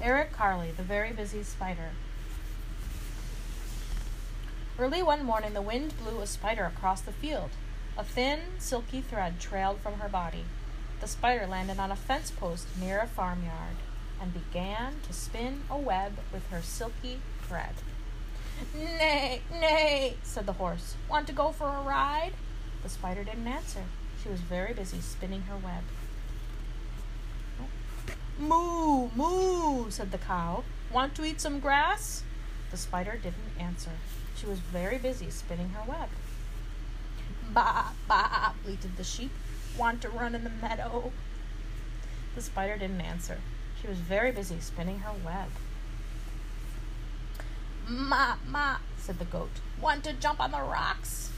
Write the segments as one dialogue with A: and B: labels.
A: Eric Carley, the very busy spider. Early one morning, the wind blew a spider across the field. A thin, silky thread trailed from her body. The spider landed on a fence post near a farmyard and began to spin a web with her silky thread. Nay, nay, said the horse. Want to go for a ride? The spider didn't answer. She was very busy spinning her web. Moo, moo, said the cow. Want to eat some grass? The spider didn't answer. She was very busy spinning her web. Ba, ba, bleated the sheep. Want to run in the meadow? The spider didn't answer. She was very busy spinning her web. Ma, ma, said the goat. Want to jump on the rocks?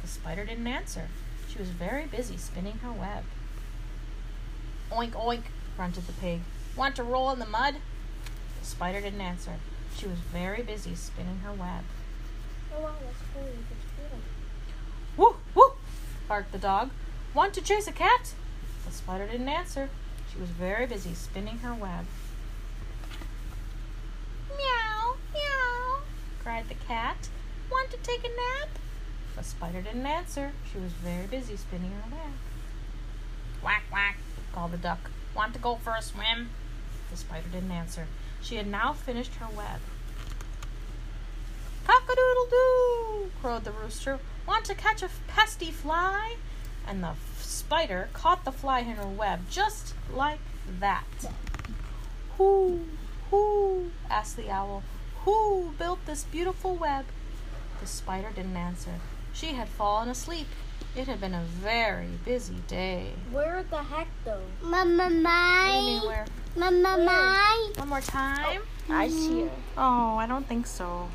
A: The spider didn't answer. She was very busy spinning her web. Oink, oink, grunted the pig. Want to roll in the mud? The spider didn't answer. She was very busy spinning her web.
B: Oh wow, that's cool. You can spin them.
A: Woo, woo, barked the dog. Want to chase a cat? The spider didn't answer. She was very busy spinning her web. Meow, meow, cried the cat. Want to take a nap? The spider didn't answer. She was very busy spinning her web. Quack, quack, called the duck. Want to go for a swim? The spider didn't answer. She had now finished her web. Cock a doodle doo! crowed the rooster. Want to catch a f- pesky fly? And the f- spider caught the fly in her web just like that. Who, who? asked the owl. Who built this beautiful web? The spider didn't answer. She had fallen asleep. It had been a very busy day.
B: Where the heck though?
C: Mama
A: What do you mean,
C: mine.
A: where?
C: Mama
B: Where?
C: mine.
A: One more time?
B: I see her.
A: Oh, I don't think so.